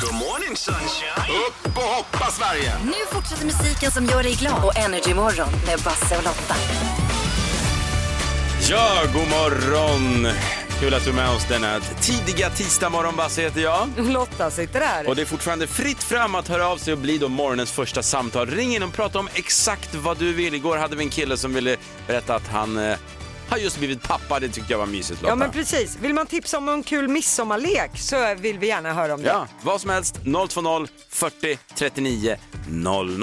Good morning sunshine! Upp och hoppa Sverige! Nu fortsätter musiken som gör dig glad och Energymorgon med Basse och Lotta. Ja, god morgon! Kul att du är med oss denna tidiga tisdagmorgon. Basse heter jag. Lotta sitter där. Och det är fortfarande fritt fram att höra av sig och bli då morgonens första samtal. Ring in och prata om exakt vad du vill. Igår hade vi en kille som ville berätta att han eh, har just blivit pappa. Det tyckte jag var mysigt Lotta. Ja men precis, vill man tipsa om en kul midsommarlek så vill vi gärna höra om det. Ja, vad som helst. 020 40 39 00.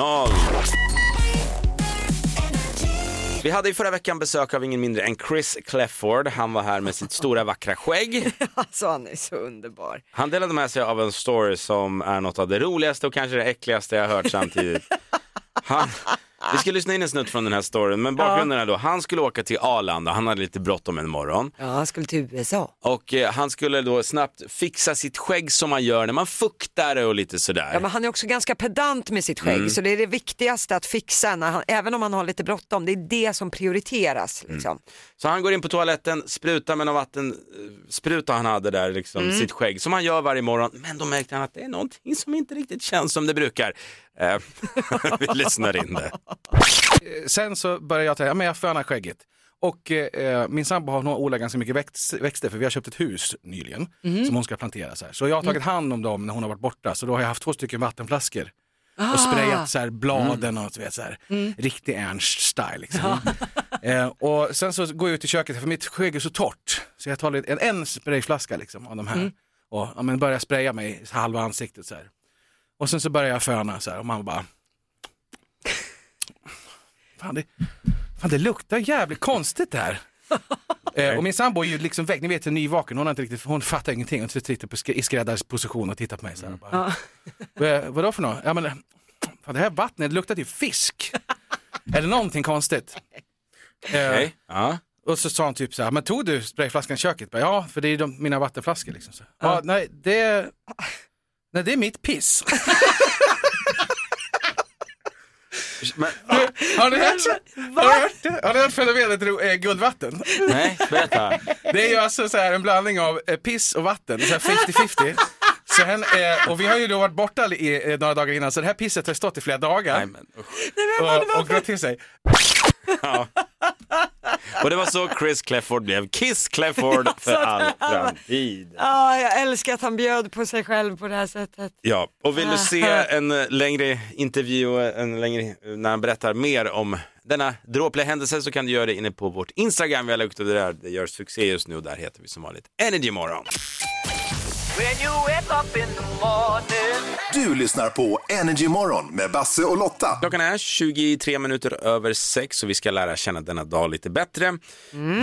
Vi hade i förra veckan besök av ingen mindre än Chris Clefford. Han var här med sitt stora vackra skägg. Alltså han är så underbar. Han delade med sig av en story som är något av det roligaste och kanske det äckligaste jag har hört samtidigt. Han, vi ska lyssna in en snutt från den här storyn, men bakgrunden är då, han skulle åka till Arlanda, han hade lite bråttom en morgon. Ja, han skulle till USA. Och eh, han skulle då snabbt fixa sitt skägg som man gör när man fuktar och lite sådär. Ja, men han är också ganska pedant med sitt skägg Mm. så det är det viktigaste att fixa, när han, även om han har lite bråttom. Det är det som prioriteras. Mm. Liksom. Så han går in på toaletten, sprutar med någon vattenspruta han hade där, liksom, Mm. sitt skägg, som han gör varje morgon. Men då märkte han att det är någonting som inte riktigt känns som det brukar. Eh, vi lyssnar in det. sen så började jag tänka, ja, men jag fönar skägget. Och eh, eh, min sambo har nog odlat ganska mycket växt, växter för vi har köpt ett hus nyligen som hon ska plantera. Så, här. så jag har tagit hand om dem när hon har varit borta så då har jag haft två stycken vattenflaskor och sprayat så här bladen och så, vet, så här, riktig Ernst-style. Liksom. eh, och sen så går jag ut i köket för mitt skägg är så torrt så jag tar lite- en, en sprayflaska liksom, av de här och ja, men börjar spraya mig i halva ansiktet så här. Och sen så börjar jag föna så här och man bara Fan det, fan det luktar jävligt konstigt här. eh, och min sambo är ju liksom väck, ni vet är nyvaken, hon, har inte riktigt, hon fattar ingenting. Hon sitter på sk- i skräddarsposition och tittar på mig så här. och Bara, eh, vadå för något? Ja, men, fan, det här vattnet luktar typ fisk. Eller någonting konstigt. Eh, Okej. Ja. och så sa hon typ så här, men tog du sprayflaskan i köket? Bara, ja, för det är de, mina vattenflaskor liksom. Så. Ja. nej, det, nej, det är mitt piss. Men, Har ni hört, har ni hört, det? har ni hört fenomenet ro- eh, guldvatten? nej, berätta. Det är ju alltså så här en blandning av eh, piss och vatten, så här 50-50. Sen, eh, och vi har ju då varit borta i, eh, några dagar innan så det här pisset har stått i flera dagar Nej, men, usch. och, och grott till sig. och det var så Chris Clefford blev Kiss Clefford för all framtid. Ah, jag älskar att han bjöd på sig själv på det här sättet. Ja, och vill du se en eh, längre intervju och en längre, eh, när han berättar mer om denna dråpliga händelse så kan du göra det inne på vårt Instagram. Vi har lagt upp det där. Det gör succé just nu och där heter vi som vanligt Energy Morgon. Du lyssnar på Energy Morgon med Basse och Lotta. Klockan är 23 minuter över sex och vi ska lära känna denna dag lite bättre.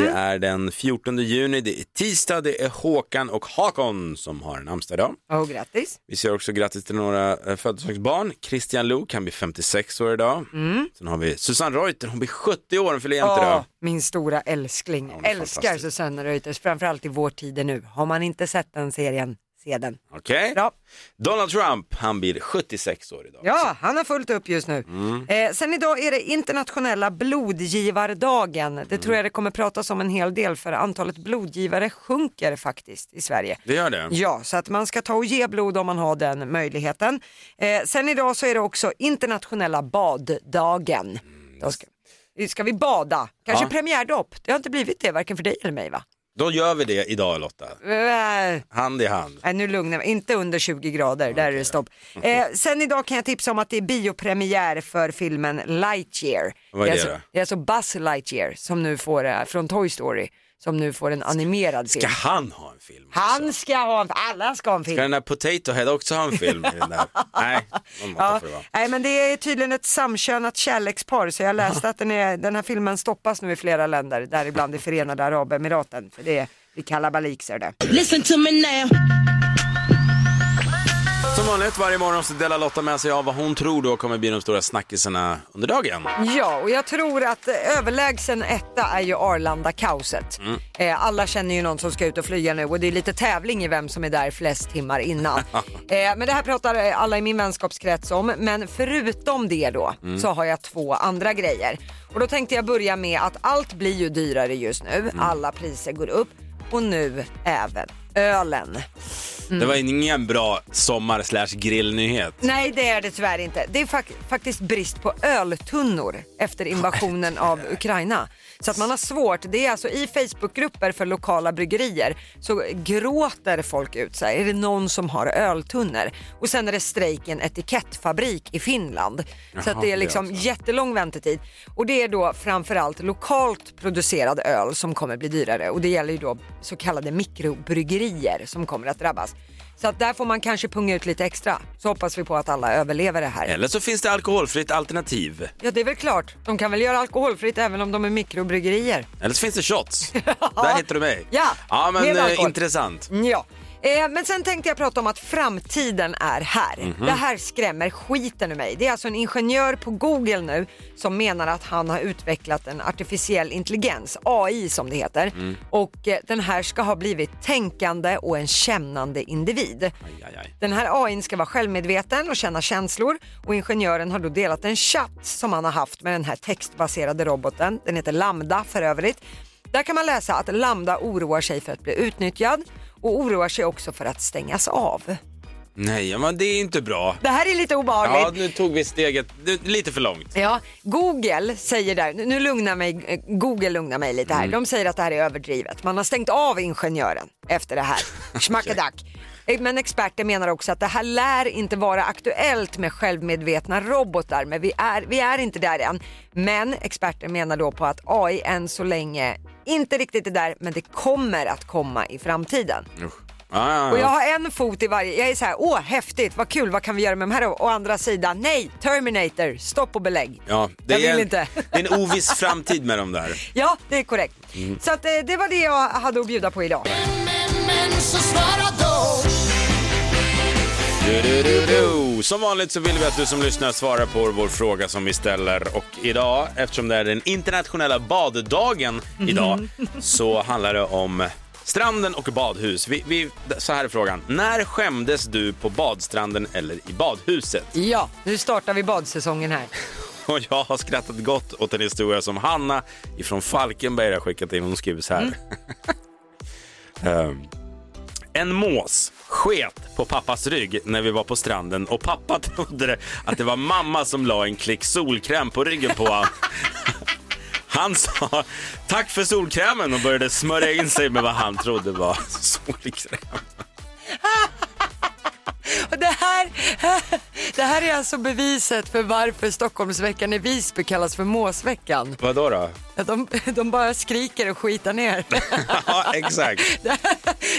Det är den 14 juni, det är tisdag, det är Håkan och Hakon som har namnsdag idag. Oh, grattis. Vi säger också grattis till några eh, födelsedagsbarn. Christian Luuk, han blir 56 år idag. Mm. Sen har vi Susanne Reuter, hon blir 70 år, hon fyller jämnt idag. Ah, min stora älskling. hon är Älskar fantastisk. Susanne Reuters, framförallt i vår tid nu. Har man inte sett den serien, se den. Okej. Bra. Donald Trump, han blir 76 år idag. Ja, han har fullt upp just nu. Eh, sen idag är det internationella blodgivardagen. Det tror jag det kommer pratas om en hel del för antalet blodgivare sjunker faktiskt i Sverige. Det gör det. Ja, så att man ska ta och ge blod om man har den möjligheten. Eh, sen idag så är det också internationella baddagen. Då ska, ska vi bada? Kanske Ja. premiärdopp? Det har inte blivit det varken för dig eller mig va? Då gör vi det idag Lotta. Eh, Hand i hand. Nej, nu lugnar vi Inte under 20 grader, där är det stopp. Eh, sen idag kan jag tipsa om att det är biopremiär för filmen Lightyear. Vad är det alltså, då? det är alltså Buzz Lightyear som nu får, eh, från Toy Story, som nu får en animerad Ska film. han ha en film också? Han ska ha en, alla ska ha en film. Ska den där Potato Head också ha en film? I den där? Nej, någon måtta Ja, får det vara. nej men det är tydligen ett samkönat kärlekspar så jag läste att den, är, den här filmen stoppas nu i flera länder, däribland i Förenade Arabemiraten, för det är det är kalabalik ser det. Listen to me now. Som vanligt varje morgon så delar Lotta med sig av vad hon tror då kommer bli de stora snackisarna under dagen. Ja, och jag tror att eh, överlägsen etta är ju Arlanda-kaoset. Eh, alla känner ju någon som ska ut och flyga nu och det är lite tävling i vem som är där flest timmar innan. eh, men det här pratar eh, alla i min vänskapskrets om, men förutom det då så har jag två andra grejer. Och då tänkte jag börja med att allt blir ju dyrare just nu, alla priser går upp och nu även ölen. Mm. Det var ingen bra sommar slash grillnyhet. Nej, det är det tyvärr inte. Det är fak- faktiskt brist på öltunnor efter invasionen av Ukraina. Så att man har svårt. Det är alltså i Facebookgrupper för lokala bryggerier så gråter folk ut sig. Är det någon som har öltunnor? Och sen är det strejk i en etikettfabrik i Finland. så Jaha, att det det är är liksom alltså. jättelång väntetid. Och det är då framförallt lokalt producerad öl som kommer bli dyrare och det gäller ju då så kallade mikrobryggerier som kommer att drabbas. Så att där får man kanske punga ut lite extra. Så hoppas vi på att alla överlever det här. Eller så finns det alkoholfritt alternativ. Ja det är väl klart, de kan väl göra alkoholfritt även om de är mikrobryggerier. Eller så finns det shots. Där hittar du mig. Ja, ja mer men med eh, alkohol. intressant. Mm, Ja. Eh, men sen tänkte jag prata om att framtiden är här. Mhm. Det här skrämmer skiten ur mig. Det är alltså en ingenjör på Google nu som menar att han har utvecklat en artificiell intelligens, AI som det heter. Mm. Och eh, den här ska ha blivit tänkande och en kännande individ. Aj, aj, aj. Den här AIn ska vara självmedveten och känna känslor och ingenjören har då delat en chatt som han har haft med den här textbaserade roboten. Den heter Lambda för övrigt. Där kan man läsa att Lambda oroar sig för att bli utnyttjad och oroar sig också för att stängas av. Nej, ja, men det är inte bra. Det här är lite obehagligt. Ja, nu tog vi steget det- lite för långt. Ja, Google säger där, nu lugnar mig, eh, Google lugnar mig lite här, de säger att det här är överdrivet. Man har stängt av ingenjören efter det här. Schmackadack. Eh, Men experter menar också att det här lär inte vara aktuellt med självmedvetna robotar, men vi är, vi är inte där än. Men experter menar då på att AI än så länge inte riktigt är där, men det kommer att komma i framtiden. Usch. Ja, ja, ja. Och jag har en fot i varje, jag är så här, åh häftigt, vad kul, vad kan vi göra med de här? då?" Å andra sidan, nej, Terminator, stopp och belägg. Ja, det jag är vill en, inte. det är en oviss framtid med de där. Ja, det är korrekt. Mm. Så att, eh, det var det jag hade att bjuda på idag. Du, du, du, du. Som vanligt så vill vi att du som lyssnar svarar på vår fråga som vi ställer. Och idag, eftersom det är den internationella baddagen idag, så handlar det om stranden och badhus. Vi, vi, så här är frågan. När skämdes du på badstranden eller i badhuset? Ja, nu startar vi badsäsongen här. Och jag har skrattat gott åt en historia som Hanna ifrån Falkenberg har skickat in. Hon skriver så här. Ehm, en mås sket på pappas rygg när vi var på stranden och pappa trodde det- att det var mamma som la en klick solkräm på ryggen på honom. Han sa tack för solkrämen och började smörja in sig med vad han trodde var solkräm. Och det, här, det här är alltså beviset för varför Stockholmsveckan i Visby kallas för måsveckan. Vadå då? Att de, de bara skriker och skitar ner. ja, exakt. Det,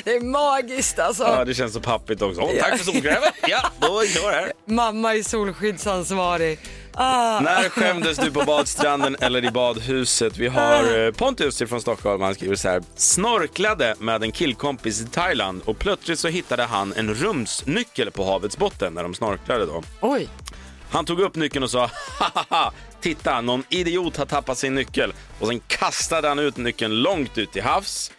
det är magiskt alltså. Ja, det känns så pappigt också. Åh, tack för solkrämen. Ja, då är jag här. Mamma är solskyddsansvarig. Ah. När skämdes du på badstranden eller i badhuset? Vi har eh, Pontus från Stockholm. Han skriver så här. Snorklade med en killkompis i Thailand och plötsligt så hittade han en rumsnyckel på havets botten när de snorklade då. Oj. Han tog upp nyckeln och sa haha, titta någon idiot har tappat sin nyckel och sen kastade han ut nyckeln långt ut i havs.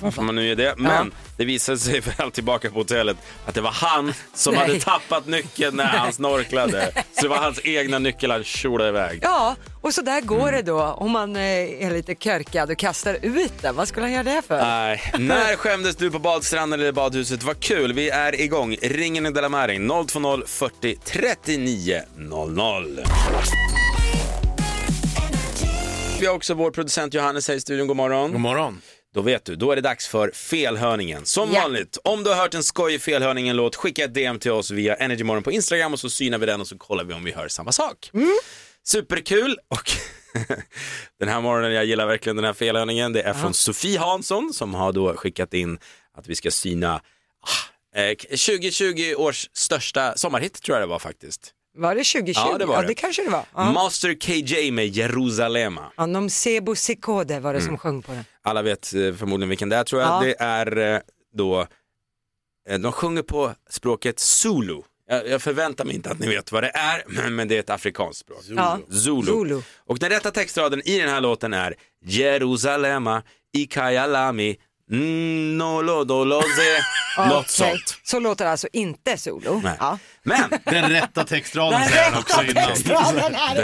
Varför man nu gör det. Men det visade sig väl tillbaka på hotellet att det var han som Nej. hade tappat nyckeln när han snorklade. Så det var hans egna nyckel han tjolade iväg. Ja, och så där Mm. går det då om man eh, är lite körkad och kastar ut den. Vad skulle han göra det för? Nej. När skämdes du på badstranden eller badhuset? Vad kul, vi är igång. Ring en Delamaring 020 40 39 00. Vi har också vår producent Johannes här i studion. God morgon. God morgon. Då vet du, då är det dags för felhörningen. Som Ja. vanligt, om du har hört en skojig felhörningen-låt, skicka ett DM till oss via Energymorgon på Instagram och så synar vi den och så kollar vi om vi hör samma sak. Superkul och den här morgonen, jag gillar verkligen den här felhörningen, det är från Sofie Hansson som har då skickat in att vi ska syna ah, eh, 2020 års största sommarhit tror jag det var faktiskt. Var det 2020? Ja, det var ja, det. det kanske det var. Ja. Master KJ med Jerusalema. Anom Sebo Sekode var det Mm. som sjöng på den. Alla vet eh, förmodligen vilken det är tror jag. Ja. Det är eh, då, eh, de sjunger på språket zulu. Jag, jag förväntar mig inte att ni vet vad det är, men, men det är ett afrikanskt språk. Ja. Zulu. Zulu. Och den rätta textraden i den här låten är Jerusalema, Ikayalami, Nolodoloze, något Okej. sånt. Eh, Så låter det alltså inte solo. Nej. Ja. Men Den rätta textraden Den säger han också rätta innan. textraden är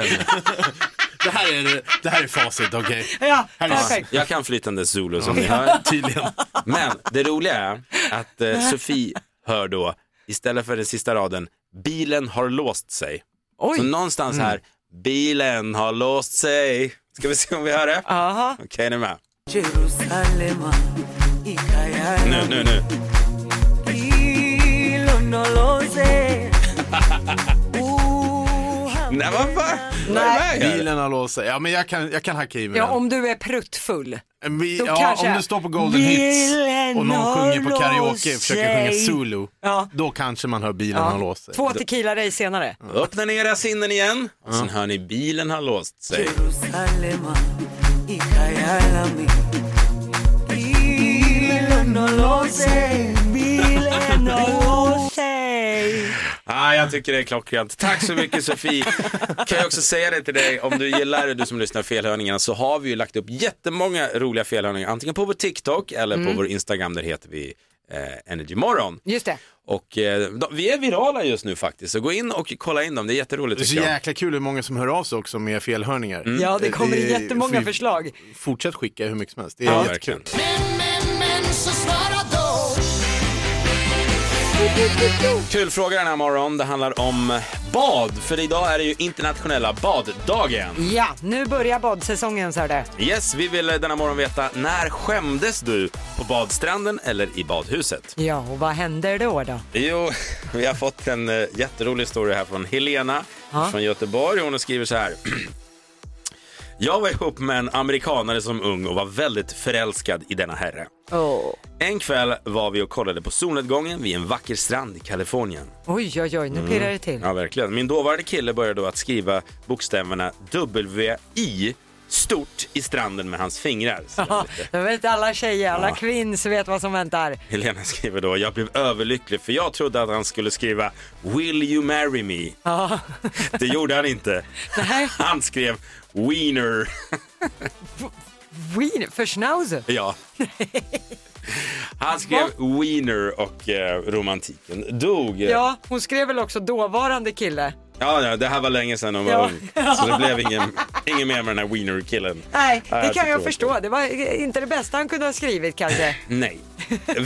Det här är, det här är facit, okej? Ja, Här är- perfekt. Jag kan flytande zulu som ni hör. Tydligen. Men det roliga är att eh, Sofie hör då, istället för den sista raden, bilen har låst sig. Så Oj, Mm. någonstans här, bilen har låst sig. Ska vi se om vi hör det? aha. Okej, är ni med? Nu, nu, nu. Nej, vad fan? Vad är det med er? Bilen har låst sig. Ja, men jag kan, jag kan hacka i mig Ja, den. om du är pruttfull. Men vi, då ja, kanske om du står på Golden Hits bilen och någon sjunger på har karaoke låst och försöker sjunga sig. solo, Ja. då kanske man hör bilen har låst sig. Två tequila race senare. Öppna ner era sinnen igen. Och sen hör ni bilen har låst sig. Bilen har låst sig. Ah, jag tycker det är klockrent. Tack så mycket Sofie. kan jag också säga det till dig, om du gillar du som lyssnar felhörningarna så har vi ju lagt upp jättemånga roliga felhörningar antingen på vår TikTok eller Mm. på vår Instagram där heter vi eh, Energymorgon. Just det. Och eh, de, vi är virala just nu faktiskt, så gå in och kolla in dem, det är jätteroligt Det är så tycker jag. Mm. jäkla kul hur många som hör av sig också med felhörningar. Ja, det kommer är- jättemånga vi- förslag. Fortsätt skicka hur mycket som helst. Det är Ja, jättekul. verkligen. Kul fråga den här morgonen, det handlar om bad, för idag är det ju internationella baddagen. Ja, nu börjar badsäsongen så det. Yes, vi vill eh, denna morgon veta när skämdes du på badstranden eller i badhuset? Ja, och vad händer då då? Jo, vi har fått en eh, jätterolig historia här från Helena Ja. från Göteborg. Hon skriver så här. Jag var ihop med en amerikanare som ung och var väldigt förälskad i denna herre. Oh. En kväll var vi och kollade på solnedgången vid en vacker strand i Kalifornien. Oj, oj, oj, nu pirrar det till. Ja, verkligen. Min dåvarande kille började då att skriva bokstäverna WI stort i stranden med hans fingrar. Så det var Ja, lite- jag vet alla tjejer, alla Ja. kvinns vet vad som väntar. Helena skriver då, jag blev överlycklig för jag trodde att han skulle skriva Will you marry me? Ja. Det gjorde han inte. Nej, Han skrev Wiener. Wien, för schnauzer. Ja. Han skrev Wiener och eh, romantiken dog. Ja, hon skrev väl också dåvarande kille. Ja, ja, det här var länge sedan hon var Ja. ung. Så det blev ingen, ingen mer med den här Wiener-killen. Nej, Ja, det kan tycker jag var förstå. Det var inte det bästa han kunde ha skrivit kanske. Nej.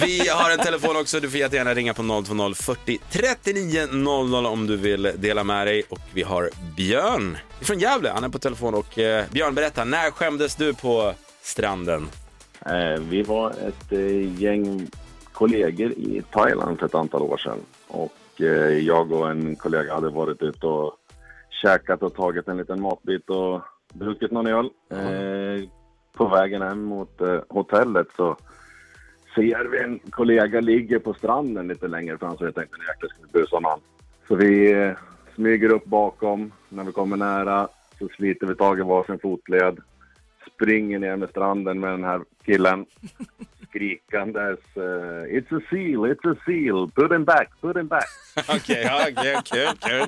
Vi har en telefon också. Du får jättegärna ringa på 020 40 39 00 om du vill dela med dig. Och vi har Björn från Gävle. Han är på telefon. Och eh, Björn, berätta. När skämdes du på stranden? Eh, Vi var ett eh, gäng kollegor i Thailand för ett antal år sedan. Och eh, jag och en kollega hade varit ute och käkat och tagit en liten matbit och druckit någon öl. Eh, På vägen hem mot eh, hotellet så ser vi en kollega ligga på stranden lite längre fram så jag tänkte att jag skulle busa om han. Så vi eh, smyger upp bakom. När vi kommer nära så sliter vi tag i varsin fotled springer ner med stranden med den här killen skrikandes eh, It's a seal, it's a seal, put him back, put him back. Okej, ja, okej, kul, kul.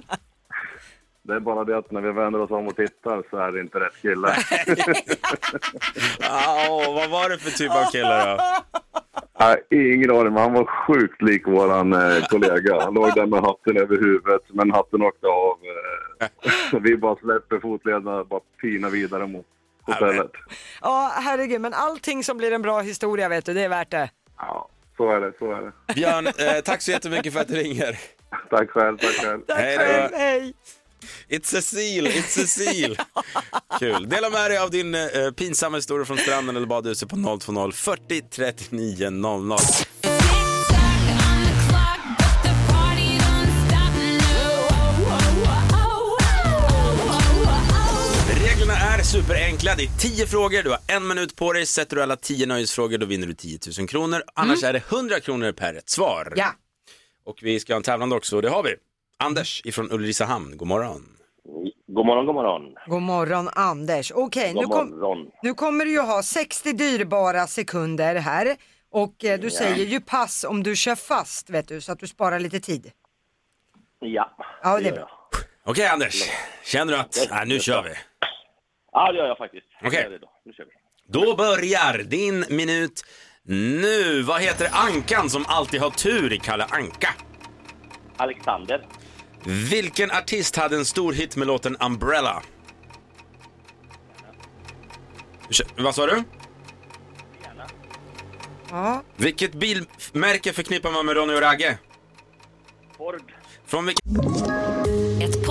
Det är bara det att när vi vänder oss om och tittar så är det inte rätt kille. Au, vad var det för typ av kille då? Nej, ingen aning, men han var sjukt lik våran eh, kollega. Han låg där med hatten över huvudet, men hatten åkte av. Eh, så vi bara släpper fotlederna och bara pinar vidare mot hotellet. Ja, herregud, men allting som blir en bra historia vet du, det är värt det. Ja, så är det, så är det. Björn, eh, tack så jättemycket för att du ringer. Tack själv, tack själv. Tack Hej då. själv, hej. It's a seal, it's a seal. Kul. Dela med dig av din eh, pinsamma historia från stranden eller badhuset på 020 40 39 00. Reglerna är superenkla. Det är 10 frågor, du har en minut på dig. Sätter du alla 10 nöjesfrågor då vinner du 10 000 kronor. Annars är det 100 kronor per rätt svar. Ja, Och vi ska ha en tävlande också och det har vi. Anders ifrån Ulricehamn, god morgon. God morgon, god morgon. god morgon Anders. Okej, nu, God kom, morgon. nu kommer du ju ha 60 dyrbara sekunder här. Och eh, du säger ju pass om du kör fast vet du, så att du sparar lite tid. Ja, Ja, det är gör bra. jag. Okej Anders, känner du att nej, nu kör vi? Ja, det gör jag faktiskt. Okej. Jag gör det då. Nu kör vi. Då börjar din minut nu. Vad heter ankan som alltid har tur i Kalle Anka? Alexander, Vilken artist hade en stor hit med låten Umbrella? Ursäkta, Vad sa du? Ja. Vilket bilmärke förknippar man med Ronny och Ragge? Ford. Från vilket... Ett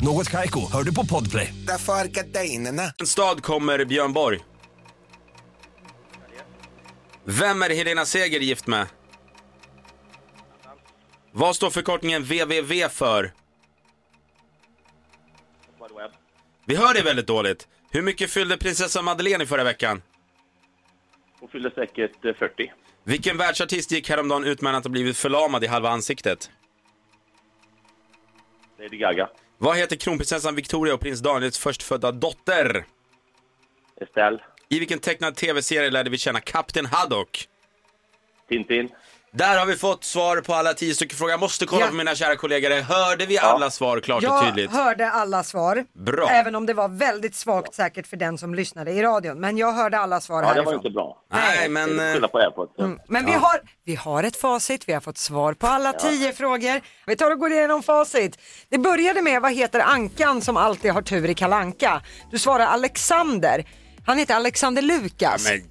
Något Kaiko, hör du på Podplay. Därför är gardinerna. En stad kommer Björn Borg? Vem är Helena Seger gift med? Vad står förkortningen VVV för? Wide Web. Vi hör dig väldigt dåligt. Hur mycket fyllde prinsessan Madeleine i förra veckan? Hon fyllde säkert eh, 40. Vilken världsartist gick häromdagen ut med att ha blivit förlamad i halva ansiktet? Lady Gaga. Vad heter kronprinsessan Victoria och prins Daniels förstfödda dotter? Estelle. I vilken tecknad tv-serie lärde vi känna Kapten Haddock? Tintin. Där har vi fått svar på alla tio stycken frågor. Jag måste kolla Ja. på mina kära kollegor. Hörde vi alla svar klart och Jag tydligt? hörde alla svar, Bra. även om det var väldigt svagt säkert för den som lyssnade i radion. Men jag hörde alla svar Ja, det var härifrån. inte bra. Nej, men... eh, Skylla på airpods. Men vi, har, vi har ett facit, vi har fått svar på alla tio frågor. Vi tar och går igenom facit. Det började med, vad heter ankan som alltid har tur i Kalanka? Du svarar Alexander. Han heter Alexander Lukas. Ja, Men eh,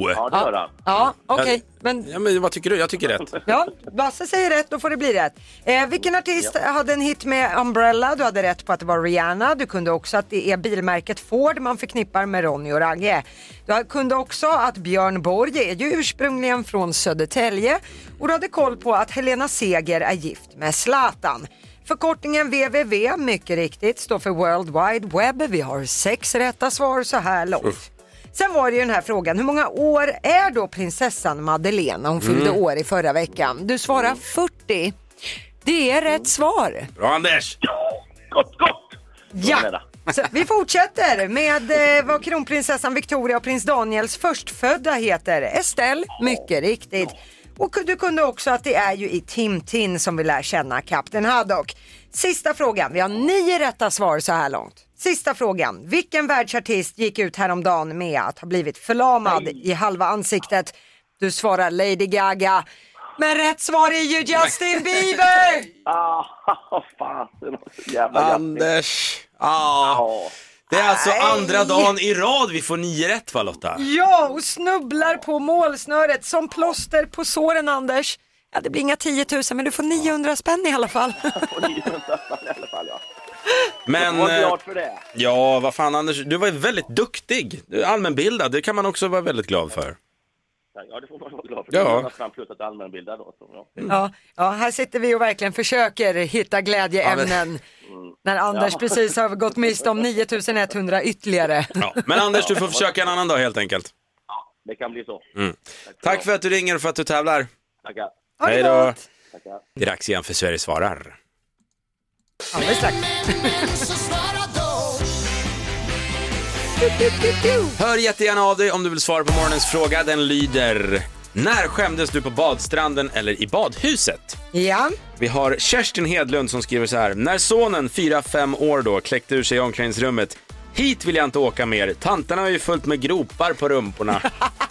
jo! Ja, det hör han. okej. Men Ja, men vad tycker du? Jag tycker rätt. Ja, Basse säger rätt, då får det bli rätt. Eh, vilken artist hade en hit med Umbrella? Du hade rätt på att det var Rihanna. Du kunde också att det är bilmärket Ford man förknippar med Ronny och Ragge. Du kunde också att Björn Borg är ju ursprungligen från Södertälje. Och du hade koll på att Helena Seger är gift med Zlatan. Förkortningen www, mycket riktigt, står för World Wide Web. Vi har sex rätta svar så här långt. Sen var det ju den här frågan, hur många år är då prinsessan Madeleine? Hon fyllde år i förra veckan. Du svarar 40. Det är rätt svar. Bra Anders! Gott, gott! Ja. Så vi fortsätter med eh, vad kronprinsessan Victoria och prins Daniels förstfödda heter. Estelle, mycket riktigt. Och du kunde också att det är ju i Tintin som vi lär känna Kapten Haddock. Sista frågan, vi har nio rätta svar så här långt. Sista frågan, vilken världsartist gick ut häromdagen med att ha blivit förlamad i halva ansiktet? Du svarar Lady Gaga, men rätt svar är ju Justin Bieber! Ah, fasen. Jävla grattis. Anders! Ja. Ja. Det är alltså Nej. andra dagen i rad vi får nio rätt va Lotta? Ja, och snubblar på målsnöret som plåster på såren, Anders. Ja, det blir inga 10 000, men du får 900 spänn i alla fall. Och ni i alla fall, ja. Men... Var eh, glad för det. Ja, vad fan Anders, du var ju väldigt duktig. Du är allmänbildad, det kan man också vara väldigt glad för. Ja, det får man vara glad för. Ja. Det är bara fram plus att allmänbilda då. Så, ja. Ja, ja, här sitter vi och verkligen försöker hitta glädjeämnen när Anders precis har gått miste om 9 100 ytterligare. Ja. Men Anders, du får försöka en annan dag helt enkelt. Det kan bli så. Mm. Tack för att du ringer och för att du tävlar. Tackar. Ha det Hej då. gott. Tackar. Det är dags igen för Sverige svarar. Alldeles strax. Hör jättegärna av dig om du vill svara på morgonens fråga. Den lyder... När skämdes du på badstranden eller i badhuset? Ja, Vi har Kerstin Hedlund som skriver så här. När sonen, 4-5 år då, kläckte ur sig i omklädningsrummet. Hit vill jag inte åka mer. Tantarna har ju fullt med gropar på rumporna.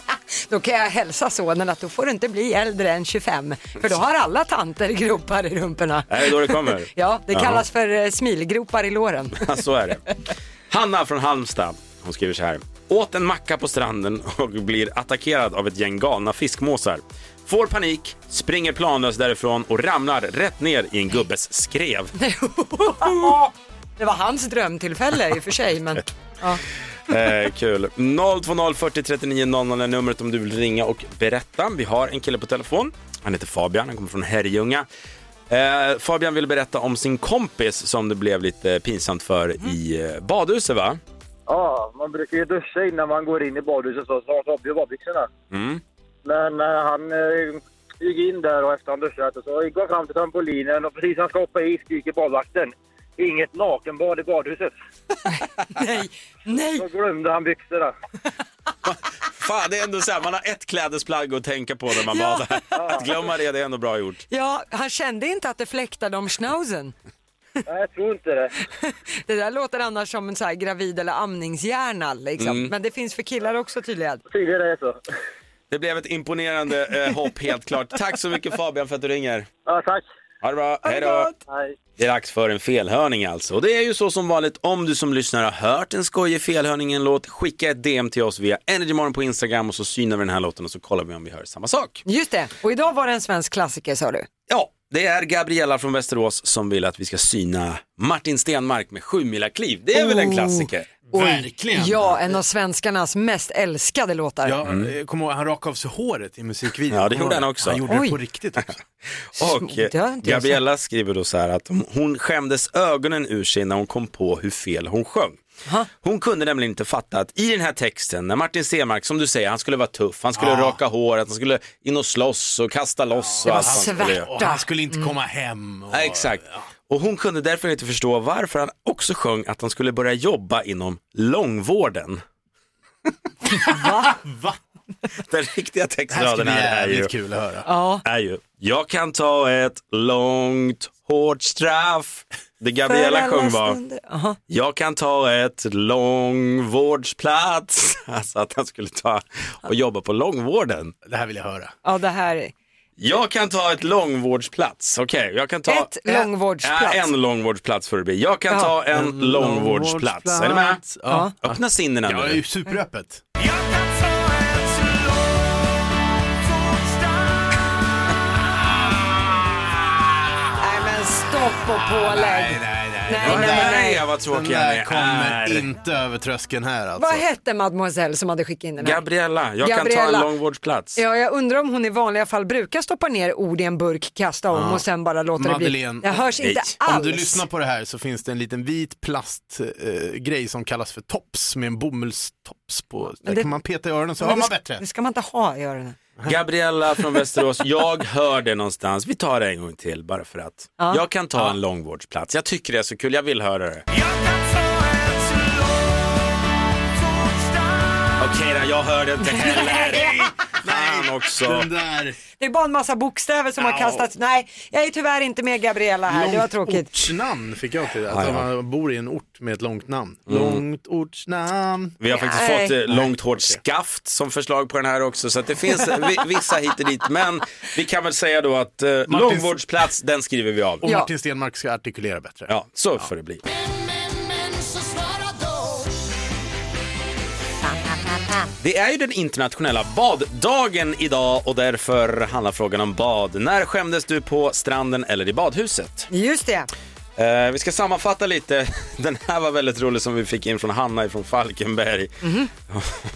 då kan jag hälsa sonen att då får du inte bli äldre än 25, för då har alla tanter gropar i rumporna. Är det då det kommer? Ja, det Jaha. kallas för eh, smilgropar i låren. Ja, så är det. Hanna från Halmstad, hon skriver så här. Åt en macka på stranden och blir attackerad av ett gäng galna fiskmåsar. Får panik, springer planlöst därifrån och ramlar rätt ner i en gubbes skrev. Det var hans drömtillfälle i och för sig, men ja. Eh, kul. 020 40 39 00 är numret om du vill ringa och berätta. Vi har en kille på telefon. Han heter Fabian, han kommer från Herrljunga. Eh, Fabian vill berätta om sin kompis som det blev lite pinsamt för i eh, badhuset va? Ja, man brukar ju duscha innan man går in i badhuset så, så har man ju badbyxorna. Mm. Men eh, han eh, gick in där och efter han duschat och så gick han fram till trampolinen och precis när han ska hoppa i skriker badvakten. Inget nakenbad i badhuset. nej, nej, Då glömde han byxorna. Fan, det är ändå så här, man har ett klädesplagg att tänka på när man Ja. badar. Att glömma det, det är ändå bra gjort. Ja, han kände inte att det fläktade om schnauzen. Nej, jag tror inte det. Det där låter annars som en så här gravid eller amningshjärna liksom. Mm. Men det finns för killar också tydligen. Tydligen är det så. Det blev ett imponerande eh, hopp helt klart. Tack så mycket Fabian för att du ringer. Ja, tack. Ha det bra, hej då! Hej. Det är dags för en felhörning alltså. Och det är ju så som vanligt, om du som lyssnar har hört en skojig felhörning i en låt, skicka ett DM till oss via Energymorgon på Instagram och så synar vi den här låten och så kollar vi om vi hör samma sak. Just det, och idag var det en svensk klassiker sa du. Ja, det är Gabriella från Västerås som vill att vi ska syna Martin Stenmark med 7 kliv. Det är väl en Oh. klassiker? Verkligen. Ja, en av svenskarnas mest älskade låtar. Ja, jag kommer ihåg, han rakade av sig håret i musikvideon. Mm. Ja, det Kommer gjorde du ihåg han också. Han gjorde Oj. det på riktigt också. Och eh, Det har inte jag Gabriella skriver då så här att hon skämdes ögonen ur sig när hon kom på hur fel hon sjöng. Hon kunde nämligen inte fatta att i den här texten, när Martin Stenmark, som du säger, han skulle vara tuff, han skulle Ja. raka håret, han skulle in och slåss och kasta loss. och Det var allt han skulle göra. Och han skulle inte komma hem. Och... Nej, exakt. Och hon kunde därför inte förstå varför han också sjöng att han skulle börja jobba inom långvården. Va? Den riktiga textraden Det här ska bli här är ju, jävligt kul att höra. Ja. är ju, jag kan ta ett långt hårt straff. Det Gabriella För alla sjöng var, stunder. Jaha. jag kan ta ett långvårdsplats. Alltså att han skulle ta och jobba på långvården. Det här vill jag höra. Ja, det här. Jag kan ta ett långvårdsplats. Okej, jag kan ta... Ett långvårdsplats. Ja, en långvårdsplats får det bli. Jag kan Ja. ta en, En långvårdsplats. långvårdsplats. Är ni med? Ja. Öppna sinnena Ja, nu. det är ju superöppet. Nej men stopp och pålägg. nej, Nej, nej, nej. vad tråkig Den jag där är. kommer Är. inte över tröskeln här alltså. Vad hette mademoiselle som hade skickat in den här? Gabriella, jag kan ta Gabriella. en långvårdsplats. Ja, jag undrar om hon i vanliga fall brukar stoppa ner ord i en burk, kasta om och sen bara låta det bli. Madeleine, Det hörs inte Om alls. du lyssnar på det här så finns det en liten vit plastgrej grej som kallas för tops med en bomullstops på. Där det- kan man peta i öronen så Men hör det man ska- bättre. Det ska man inte ha i öronen. Gabriella från Västerås, jag hör det någonstans. Vi tar det en gång till bara för att. Ja. Jag kan ta en långvårdsplats. Jag tycker det är så kul, jag vill höra det. Okej då, jag hör det inte heller. Fan också. Den där Det är bara en massa bokstäver som har Ja. kastats. Nej, jag är tyvärr inte med Gabriella här. Det var tråkigt. ortsnamn fick jag till det. Ja, Att ja. Mm. man bor i en ort med ett långt namn. Långt ortsnamn. Vi har faktiskt Nej. fått eh, långt hårt skaft som förslag på den här också så att det finns eh, vi- vissa hit och dit men vi kan väl säga då att eh, långvårdsplats den skriver vi av. Och Martin Stenmark ska artikulera bättre. Ja, så får det bli. Det är ju den internationella baddagen idag och därför handlar frågan om bad. När skämdes du på stranden eller i badhuset? Just det. Eh, vi ska sammanfatta lite. Den här var väldigt rolig som vi fick in från Hanna från Falkenberg.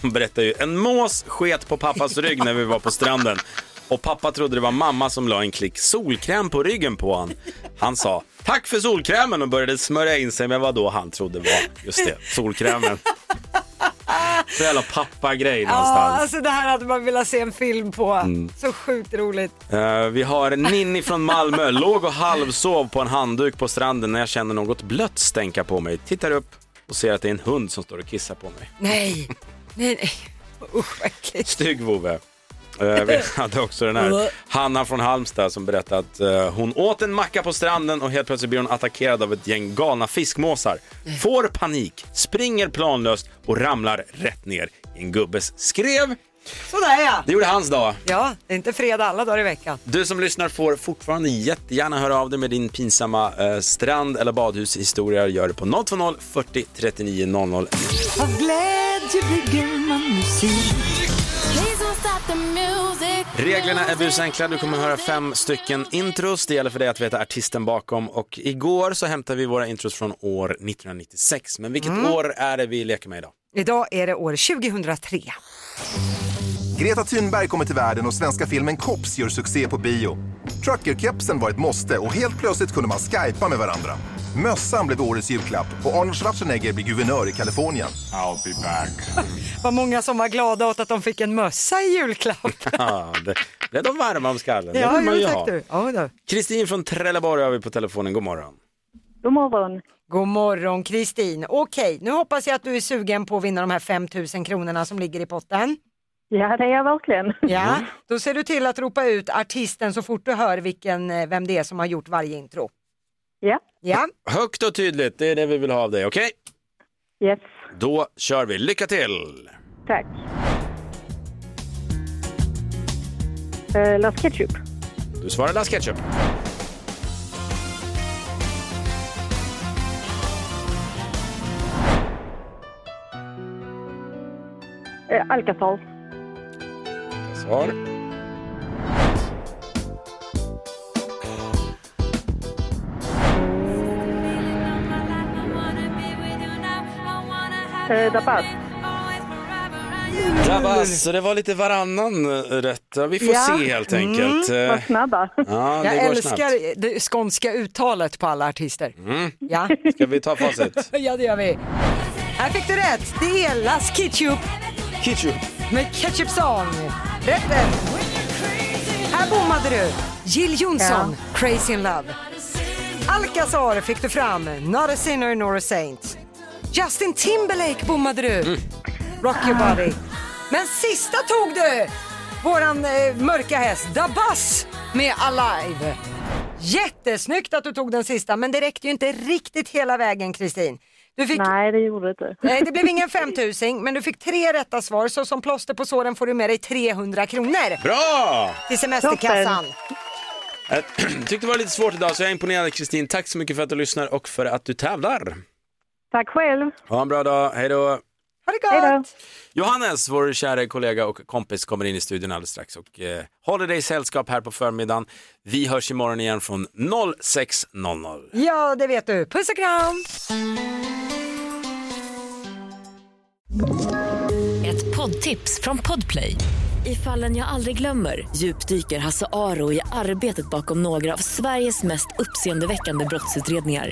Hon berättar ju, en mås sket på pappas rygg när vi var på stranden. Och pappa trodde det var mamma som la en klick solkräm på ryggen på han. Han sa tack för solkrämen och började smörja in sig med vad då han trodde var just det, solkrämen. Så jävla pappagrej Ja, någonstans. alltså det här hade man velat se en film på. Mm. Så sjukt roligt. Eh, vi har Ninni från Malmö. Låg och halvsov på en handduk på stranden när jag känner något blött stänka på mig. Tittar upp och ser att det är en hund som står och kissar på mig. Nej, nej, nej. Usch vad äckligt. Stygg vovve. Eh, vi hade också den här Hanna från Halmstad som berättade att eh, hon åt en macka på stranden och helt plötsligt blir hon attackerad av ett gäng galna fiskmåsar. Får panik, springer planlöst och ramlar rätt ner i en gubbes skrev. Sådär ja. Det gjorde hans dag. Ja, det är inte fredag alla dagar i veckan. Du som lyssnar får fortfarande jättegärna höra av dig med din pinsamma eh, strand eller badhushistoria. Gör det på 020 40 39 00. Av glädje bygger man musik. Reglerna är busenkla. Du kommer höra fem stycken intros. Det gäller för dig att veta artisten bakom. Och igår så hämtade vi våra intros från år 1996. Men vilket Mm. år är det vi leker med idag? Idag är det år 2003. Greta Thunberg kommer till världen och svenska filmen Kops gör succé på bio. Truckerkepsen var ett måste och helt plötsligt kunde man skypa med varandra. Mössan blev årets julklapp och Arnold Schwarzenegger blir guvernör i Kalifornien. I'll be back. Vad många som var glada åt att de fick en mössa i julklapp. Ja, det blev de varma om skallen. Det Ja, vill man ju jo, tack ha. du. Ja, då. Kristin från Trelleborg har vi på telefonen. God morgon. God morgon. God morgon Kristin. Okej, nu hoppas jag att du är sugen på att vinna de här 5 000 kronorna som ligger i potten. Ja, det är jag verkligen. Ja, då ser du till att ropa ut artisten så fort du hör vilken, eh, vem det är som har gjort varje intro. Ja. Ja, Högt och tydligt, det är det vi vill ha av dig, okej? Yes. Då kör vi, lycka till! Tack. Eh, Lars Ketchup. Du svarar Last Ketchup. Eh, Alcazar. Svar. Eh, Dabas. Drabbas, så det var lite varannan eh, rätt. Ja, Vi får Ja. se helt enkelt. Mm, vad Eh, Snabba. Ja, det jag går älskar snabbt. det skånska uttalet på alla artister. Mm. Ja. Ska vi ta facit? ja, det gör vi. Här fick du rätt. Det är Las Ketchup Kitchu. med Ketchup Song. Rätten. Här bommade du. Jill Johnson, Crazy in Love. Alcazar fick du fram, Not a sinner nor a saint. Justin Timberlake bommade du. Rock your body. Men sista tog du våran eh, mörka häst Dabas med Alive. Jättesnyggt att du tog den sista men det räckte ju inte riktigt hela vägen Kristin. Du fick... Nej, det gjorde det inte. Nej, det blev ingen 5000 men du fick tre rätta svar så som plåster på såren får du med dig 300 kronor Bra! till semesterkassan. Jag tyckte det var lite svårt idag så jag är imponerad Kristin. Tack så mycket för att du lyssnar och för att du tävlar. Tack själv. Ha en bra dag, hej då! Ha det gott! Johannes, vår kära kollega och kompis, kommer in i studion alldeles strax och eh, håller dig sällskap här på förmiddagen. Vi hörs imorgon igen från 06.00. Ja, det vet du. Puss och kram! Ett poddtips från Podplay. I fallen jag aldrig glömmer djupdyker Hasse Aro i arbetet bakom några av Sveriges mest uppseendeväckande brottsutredningar.